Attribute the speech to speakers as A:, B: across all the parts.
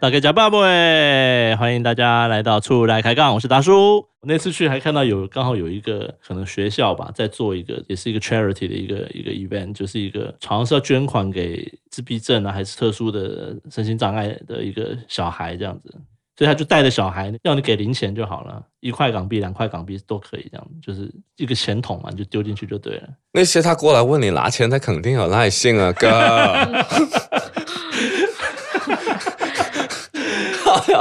A: 大家加爸喂，欢迎大家来到出来开杠，我是达叔。我那次去还看到有刚好有一个可能学校吧，在做一个也是一个 charity 的一个一个 event，就是一个好像是要捐款给自闭症啊还是特殊的身心障碍的一个小孩这样子，所以他就带着小孩，要你给零钱就好了，一块港币、两块港币都可以这样，就是一个钱筒嘛，你就丢进去就对了。
B: 那些他过来问你拿钱，他肯定有耐心啊， 哥。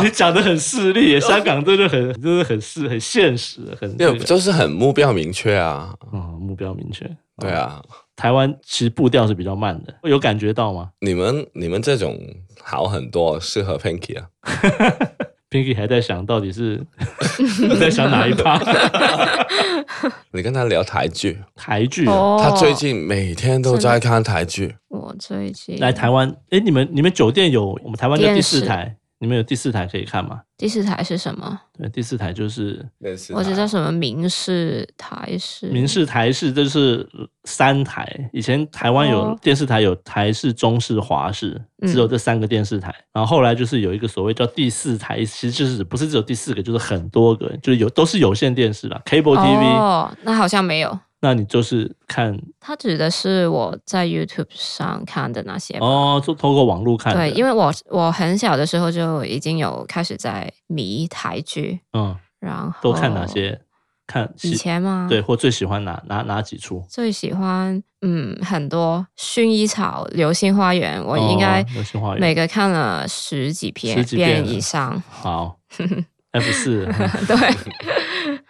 A: 你讲的很势 利耶，香港真的很真的很势很现实，很这
B: 就
A: 个
B: 就是很目标明确啊，
A: 嗯目标明确。
B: 对啊，
A: 台湾其实步调是比较慢的，有感觉到吗
B: 你们你们这种好很多，适合 Pinky 啊。
A: ？Pinky 还在想到底是 在想哪一 趴
B: 你跟他聊台剧，
A: 台剧啊、
B: 他
C: 哦，
B: 最近每天都在看台剧，
C: 我最近
A: 来台湾，哎，你们你们酒店有我们台湾叫第四
C: 电视
A: 台，你们有第四台可以看吗？
C: 第四台是什么？
A: 对，第四台就是
B: 那是
C: 我知道什么民视、台视、
A: 民视、台视，这是三台。以前台湾有
C: 哦嗯
A: 电视台有台视、中视、华视，只有这三个电视台。然后后来就是有一个所谓叫第四台，其实就是不是只有第四个，就是很多个，就是有都是有线电视啦 cable TV、
C: 哦，那好像没有。
A: 那你就是看
C: 它指的是我在 YouTube 上看的那些吧。
A: 哦，就透过网络看的。
C: 对，因
A: 为
C: 为我我很小的时候就已经有开始在迷台剧，
A: 嗯，
C: 然后
A: 都看哪？些？看
C: 哦以
A: 喜
C: 前吗？
A: 对，，或最喜欢哪哪哪几出？
C: 最喜欢嗯很多《薰衣草》《流星花园》，我应该
A: 哦流星花园
C: 每个看了十几篇
A: 十几遍了。
C: 以上
A: 好 F 四，嗯
C: 对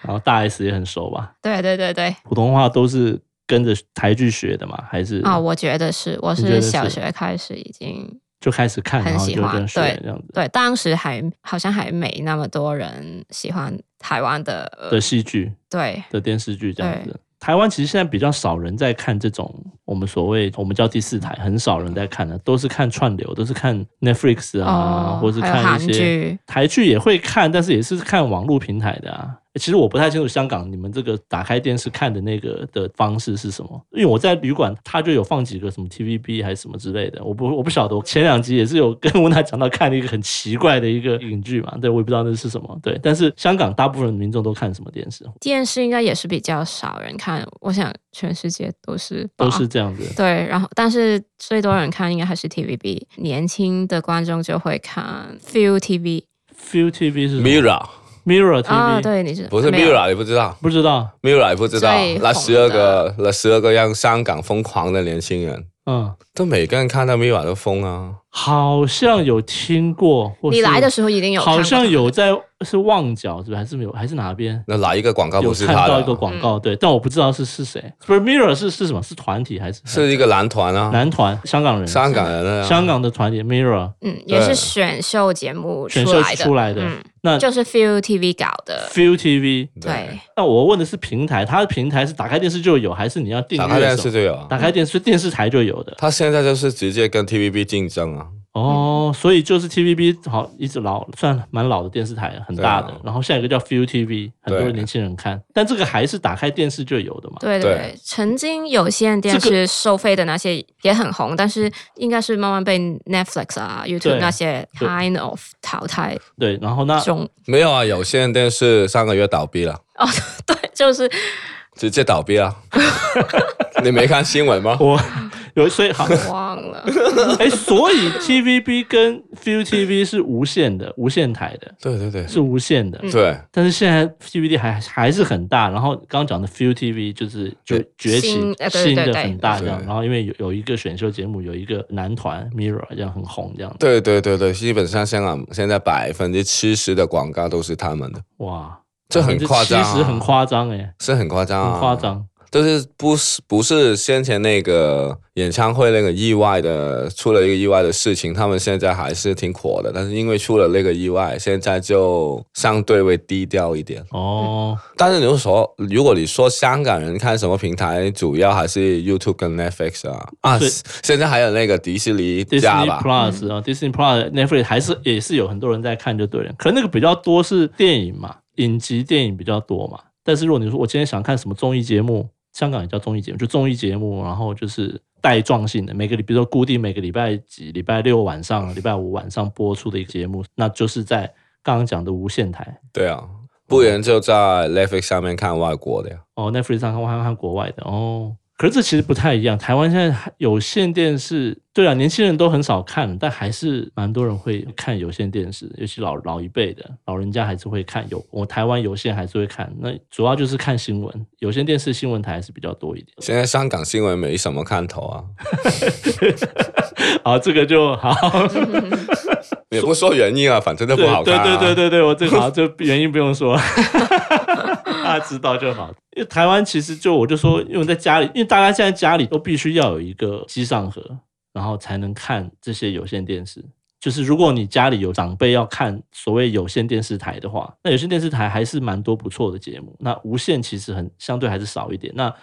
A: 然后大 S 也很熟吧？
C: 对对对对
A: 普通话都是跟着台剧学的嘛？还是
C: 啊、我觉得是，我
A: 你觉得
C: 是
A: 是
C: 小学开始已经
A: 就开始看，
C: 很
A: 然后
C: 喜
A: 就
C: 欢
A: 跟学
C: 对
A: 这样子
C: 对，当时还好像还没那么多人喜欢台湾的呃
A: 的戏剧
C: 对
A: 的电视剧这样子。台湾其实现在比较少人在看这种我们所谓我们叫第四台，很少人在看的，都是看串流，都是看 Netflix 啊，
C: 哦
A: 或是
C: 还有
A: 看一
C: 韩
A: 些
C: 剧
A: 台剧也会看，但是也是看网络平台的啊。欸其实我不太清楚香港你们这个打开电视看的那个的方式是什么，因为我在旅馆它就有放几个什么 TVB 还是什么之类的，我不我不晓得。我前两集也是有跟温娜讲到看了一个很奇怪的一个影剧嘛，对我也不知道那是什么，对。但是香港大部分民众都看什么电视，
C: 电视应该也是比较少人看，我想全世界都是吧
A: 都是这样子。
C: 对，然后但是最多人看应该还是 TVB，年轻的观众就会看 Feel TV
A: Feel TV 是什么
B: Mira，
A: Mirror
C: 啊、
A: TV，
C: 对，你是
B: 不是
C: 没有
B: Mira，你不知道
A: 不知道，
B: ，Mira 你不知道
C: 最，
B: 那
C: 红
B: 十
C: 的
B: 二个那十二个让香港疯狂的年轻人，
A: 嗯，
B: 都每个人看到 Mira 都疯啊。
A: 好像有听过，或
C: 你
A: 是
C: 来的时候一定有看
A: 好
C: 过他，
A: 像有在是旺角是吧？还是没有？还是哪边？
B: 那哪一个广告
A: 有
B: 啊不是
A: 看
B: 他
A: 到
B: 的
A: 一个？广
C: 嗯
A: 告，对，但我不知道是是谁。不是 Mirror 是是什么？是团体还是
B: 是一个男团啊，
A: 男团？香港人，
B: 香港人啊，
A: 香港的团体 Mirror
C: 嗯，也
B: 对
C: 是选秀节目
A: 选
C: 出
A: 秀
C: 来的，
A: 出来的
C: 嗯，。
A: 那
C: 就是 Feel TV 搞的，
A: Feel TV，
C: 对，
A: 那我问的是平台，它的平台是打开电视就有，还是你要订阅
B: 打
A: 什么？
B: 开电视就有啊。
A: 打开电视电视台就有的
B: 他现在就是直接跟 TVB 竞争啊，
A: 哦，所以就是 TVB 好一直老算蛮老的电视台，很大的
B: 对啊。
A: 然后下一个叫 Feel TV，很多
B: 对
A: 年轻人看，但这个还是打开电视就有的嘛。
C: 对对
B: 对
C: 对，曾经有线电
A: 这嗯
C: 视收费的那些也很红，但是应该是慢慢被 Netflix 啊、
A: 对
C: YouTube 那些
A: 对
C: kind of 淘汰
A: 对，然后那
C: 中。
B: 没有啊，有线电视上个月倒闭了，
C: 哦，对， 就是
B: 直接倒闭了。 你没看新闻吗？
A: 我 有所以好，
C: 忘 了，
A: 哎、所以 TVB 跟 View TV 是无线的，无线台的，
B: 对对对
A: 是无线
C: 嗯
A: 的。
B: 对，
A: 但是现在 TVD 还还是很大，然后刚刚讲的 Feel TV 就是就
B: 对
A: 崛起
C: 新呃对
A: 新
C: 对
A: 的
C: 对
A: 很大这样，
B: 对
A: 然后因为有有一个选秀节目，有一个男团 Mirror 这样很红这样，
B: 对对对对，基本上香港现在百分之七十的广告都是他们的，
A: 哇，
B: 这很夸张啊
A: 其实很夸张哎，
B: 是很夸张、啊，
A: 很夸。张，
B: 但是不是不是先前那个演唱会那个意外的出了一个意外的事情，他们现在还是挺火的，但是因为出了那个意外，现在就相对会低调一点。
A: 哦，
B: 但是你又说，如果你说香港人看什么平台，主要还是 YouTube 跟 Netflix 啊啊
A: 对，
B: 现在还有那个迪士尼加
A: Disney
B: 吧，
A: Plus 啊、d i s n e y Plus、Netflix 还是也是有很多人在看就对了，可能那个比较多是电影嘛，影集电影比较多嘛。但是如果你说我今天想看什么综艺节目，香港也叫综艺节目，就综艺节目，然后就是带状性的，每个礼比如说固定每个礼拜几、礼拜六晚上、礼拜五晚上播出的一个节目，那就是在刚刚讲的无线台
B: 对啊，不然就在 Netflix 上面看外国的呀。
A: 哦，Netflix 上看看看国外的哦。可是这其实不太一样，台湾现在还有线电视，对啊，年轻人都很少看，但还是蛮多人会看有线电视，尤其老老一辈的老人家还是会看有，我台湾有线还是会看，那主要就是看新闻，有线电视新闻台还是比较多一点。
B: 现在香港新闻没什么看头啊，
A: 好，这个就好，
B: 也不说原因啊，反正都不
A: 对
B: 好看、啊。
A: 对对对对对，我这个好，这原因不用 说了，大家知道就好。因为台湾其实就我就说，因为在家里，因为大家现在家里都必须要有一个机上盒，然后才能看这些有线电视。就是如果你家里有长辈要看所谓有线电视台的话，那有线电视台还是蛮多不错的节目。那无线其实很相对还是少一点。那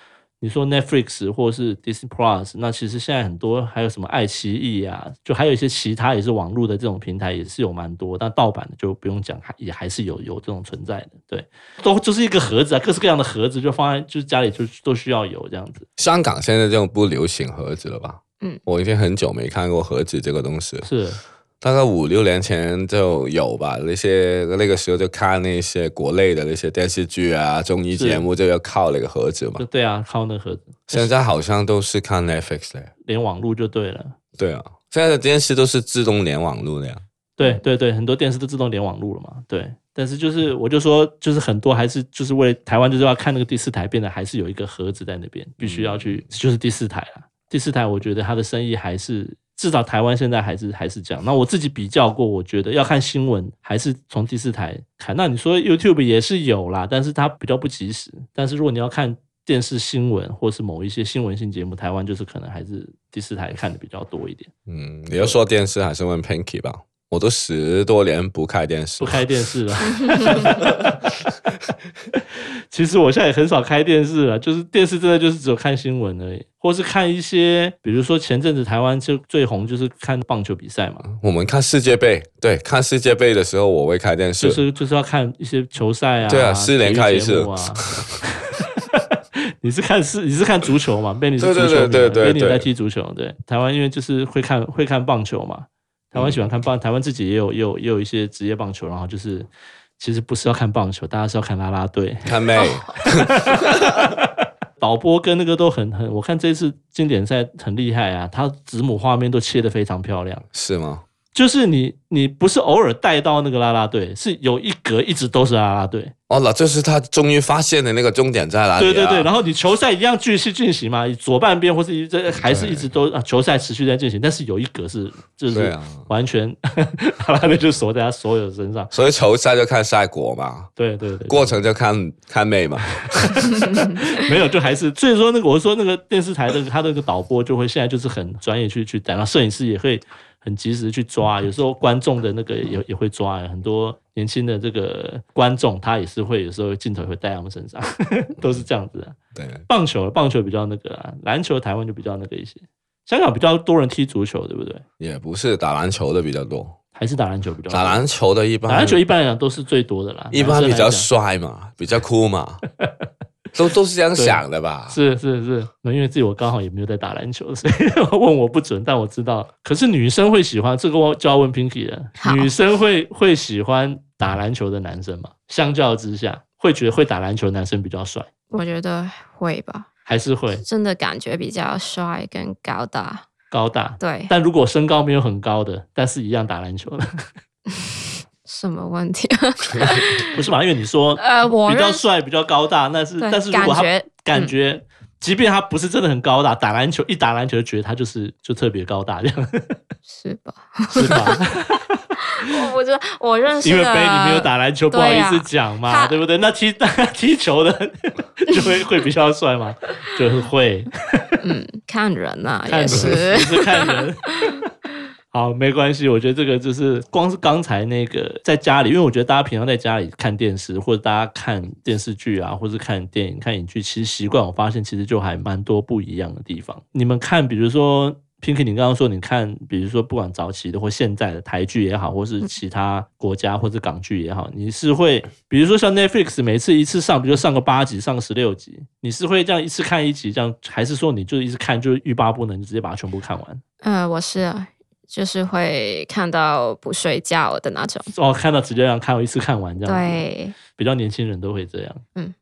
A: 你说 Netflix 或是 Disney Plus，那其实现在很多还有什么爱奇艺啊，就还有一些其他也是网络的这种平台也是有蛮多，但盗版的就不用讲，还也还是有有这种存在的。对，都就是一个盒子啊，各式各样的盒子就放在就是家里就都需要有这样子。
B: 香港现在这种不流行盒子了吧？
C: 嗯，
B: 我已经很久没看过盒子这个东西了，
A: 是，
B: 大概五六年前就有吧。那些那个时候就看那些国内的那些电视剧啊、综艺节目，就要靠那个盒子嘛
A: 就。对啊，靠那盒子，
B: 现在好像都是看 Netflix 嘞。
A: 连网络就对了。
B: 对啊，现在的电视都是自动联网路的呀。
A: 对对对，很多电视都自动连网路了嘛。对，但是就是我就说，就是很多还是就是为了台湾就是要看那个第四台，变得还是有一个盒子在那边，必须要去就是第四台啦。第四台我觉得它的生意还是至少台湾现在还是还是这样。那我自己比较过，我觉得要看新闻还是从第四台看。那你说 YouTube 也是有啦，但是它比较不及时。但是如果你要看电视新闻或是某一些新闻性节目，台湾就是可能还是第四台看的比较多一点。
B: 嗯，
A: 啊
B: 你要说电视还是问 Pinky 吧？我都十多年不开电视
A: 不
B: 了，
A: 开电视了。 其实我现在也很少开电视了，就是电视真的就是只有看新闻而已，或是看一些，比如说前阵子台湾就最红就是看棒球比赛嘛，
B: 我们看世界杯，对，看世界杯的时候我会开电视，
A: 就是就是要看一些球赛啊，
B: 对啊
A: 体育
B: 四年看一次
A: 节 目啊。你是看是你是看足球嘛？贝你是
B: 对
A: 足球迷
B: 对
A: 嘛，啊
B: 对对对
A: 贝你有在
B: 对
A: 踢足球。对，台湾因为就是会看会看棒球嘛，台
B: 嗯
A: 湾喜欢看棒，台湾自己也有也有也有一些职业棒球，然后就是其实不是要看棒球，大家是要看啦啦队。
B: 看妹，
A: 导播跟那个都很很，我看这次经典赛很厉害啊，他子母画面都切得非常漂亮。
B: 是吗？
A: 就是你你不是偶尔带到那个啦啦队，是有一格一直都是啦啦队。
B: 哦，那就是他终于发现的那个终点在哪里、啊。
A: 对对对，然后你球赛一样继续进行嘛，左半边或是一这还是一直都啊，球赛持续在进行，但是有一格是就
B: 对
A: 是
B: 啊
A: 完全 啦啦队就锁在他所有的身上。
B: 所以球赛就看赛果嘛，
A: 对对对，
B: 过程就看看妹嘛。
A: 没有，就还是所以说那个我说那个电视台的他的那个导播就会现在就是很专业去去带，然后摄影师也会很及时去
B: 嗯
A: 抓，有时候观众的那个也也会抓，啊很多年轻的这个观众他也是会有时候镜头也会带他们身上， 都是这样子、啊。
B: 对，
A: 棒球棒球比较那个、啊，篮球台湾就比较那个一些，香港比较多人踢足球，对不对？
B: 也不是打篮球的比较多，
A: 还是打篮球比较多
B: 打篮球的一般
A: 啊打篮球一般来讲都是最多的啦，
B: 一
A: 男
B: 般
A: 生
B: 比
A: 来
B: 较
A: 讲
B: 帅嘛，比较 酷嘛，都都是这样想的吧？
A: 是是是，那因为自己我刚好也没有在打篮球，所以 问我不准，但我知道。可是女生会喜欢这个，我就要问 Pinky 了。
C: 好
A: 女生会会喜欢打篮球的男生吗？相较之下，会觉得会打篮球的男生比较帅，
C: 我觉得会吧，
A: 还是会
C: 真的感觉比较帅跟高大。
A: 高大？
C: 对，
A: 但如果身高没有很高的，但是一样打篮球的，
C: 什么问题？
A: 不是嘛？因为你说
C: 呃，我
A: 比较
C: 认识，
A: 帅，比较高大，但是
C: 对
A: 但是如果他
C: 感觉
A: 感
C: 嗯
A: 觉、即便他不是真的很高大，打篮球一打篮球就觉得他就是就特别高大这 样，
C: 是吧？
A: 是吧？
C: 我我觉得我认识
A: 因为
C: 的
A: 北你没有打篮球，不好
C: 对
A: 意
C: 呀
A: 思讲嘛，
C: 他
A: 对不对？那踢 踢球的 就会会比较帅嘛，就是会
C: 嗯，看人呐、
A: 看
C: 也
A: 人，
C: 是
A: 也。是看人。好，没关系，我觉得这个就是光是刚才那个在家里，因为我觉得大家平常在家里看电视，或者大家看电视剧啊，或者看电影、看影剧，其实习惯我发现其实就还蛮多不一样的地方。你们看，比如说 Pinky，你刚刚说你看，比如说不管早期的或现在的台剧也好，或是其他国家或者港剧也好，你是会，比如说像 Netflix 每次一次上，比如上个八集，上个十六集，你是会这样一次看一集这样，还是说你就一直看就是欲罢不能，你直接把它全部看完？
C: 呃，我是啊，就是会看到不睡觉的那种。
A: 哦，看到直接让看一次看完这样。，
C: 对，
A: 比较年轻人都会这样。
C: 嗯，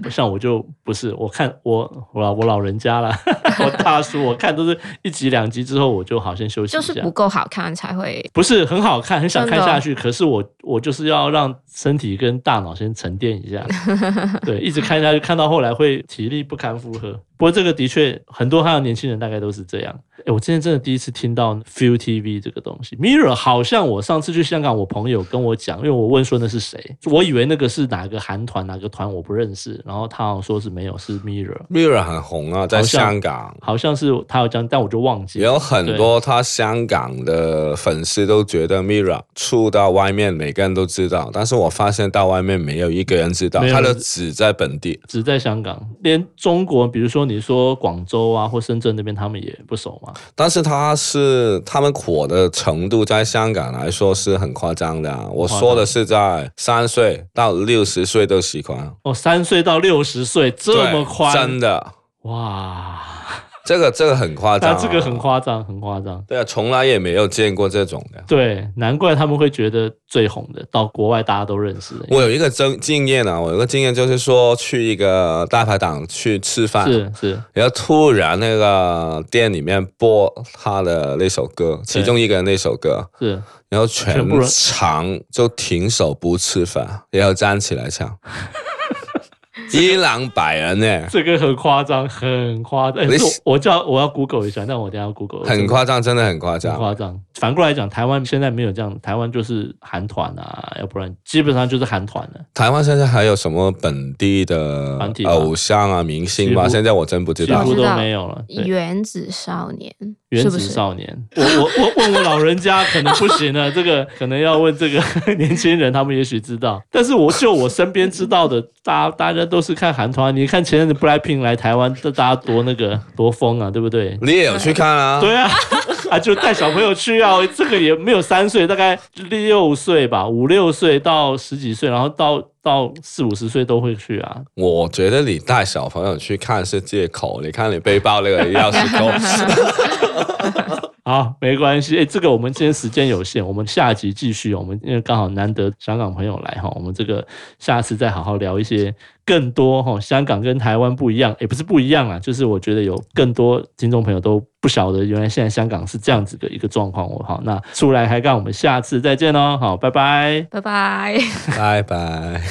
A: 对，像我就不是，我看我我老我老人家了， 我大叔，我看都是一集两集之后我就好先休息一
C: 就
A: 下。
C: 是不够好看才会。
A: 不是很好看，很想看
C: 真的哦
A: 下去，可是我我就是要让身体跟大脑先沉淀 一下，对，一直看下去，看到后来会体力不堪负荷。不过这个的确很多还有年轻人大概都是这样。哎，我今天真的第一次听到 Feel TV 这个东西，Mirror 好像我上次去香港，我朋友跟我讲，因为我问说那是谁，我以为那个是哪个韩团哪个团我不认识，然后他好像说是没有，是 Mirror，
B: Mirror 很红啊，在
A: 好像
B: 香港。
A: 好像是他有讲，但我就忘记
B: 也
A: 了。
B: 有很多他香港的粉丝都觉得 Mira 出到外面每个人都知道，但是我发现到外面没有一个人知道
A: 没，有
B: 他
A: 人
B: 的只在本地。
A: 只在香港，连中国，比如说你说广州啊或深圳那边，他们也不熟嘛。
B: 但是他是他们火的程度，在香港来说是很夸张的啊、我
A: 夸张
B: 说的是在三岁到六十岁都喜欢，
A: 哦，三岁到六十岁这么宽，
B: 对真的，
A: 哇！
B: 这个这个很夸张、
A: 那
B: 啊，
A: 这个很夸张，很夸张。
B: 对啊，从来也没有见过这种的。
A: 对，难怪他们会觉得最红的，到国外大家都认识的。
B: 我有一个经经验啊，我有一个经验就是说去一个大排档去吃饭，
A: 欸是是，
B: 然后突然那个店里面播他的那首歌，其中一个人那首歌，
A: 是
B: 然后全
A: 全部人
B: 场就停手不吃饭，然后站起来 唱，伊朗百人呢，
A: 这个很夸张，很夸张。哎
B: 你
A: 这我我叫我要 Google 一下，但我等一下要 Google
B: 很夸张，真的很夸
A: 很
B: 张。
A: 夸张。反过来讲，台湾现在没有这样，台湾就是韩团啊，要不然基本上就是韩团了。
B: 台湾现在还有什么本地的
A: 团体吗
B: 偶像啊、明星吗？
A: 几乎
B: 现在我真不知
A: 几
B: 道
A: 乎。
C: 知
A: 都
C: 道
A: 没有了。对。
C: 原子少年，
A: 原
C: 是不
A: 子
C: 是？
A: 少年， 我我我问我老人家可能不行了，这个可能要问这个 年轻人，他们也许知道。但是我就我身边知道的，大大家都是看韩团，你看前阵子 BLACKPINK 来台湾，这大家多那个多疯啊，对不对？
B: 你也有去看啊？
A: 对啊，啊就带小朋友去啊，这个也没有三岁，大概六岁吧，五六岁到十几岁，然后到到四五十岁都会去啊。
B: 我觉得你带小朋友去看是借口。你看你背包那个钥匙扣，
A: 好，没关系。哎，这个我们今天时间有限，我们下集继续。我们因为刚好难得香港朋友来哈，我们这个下次再好好聊一些更多哈，香港跟台湾不一样，也不是不一样啦，就是我觉得有更多听众朋友都不晓得，原来现在香港是这样子的一个状况。我好，那出来还干，我们下次再见喽。好，拜拜。
C: 拜拜。
B: 拜拜。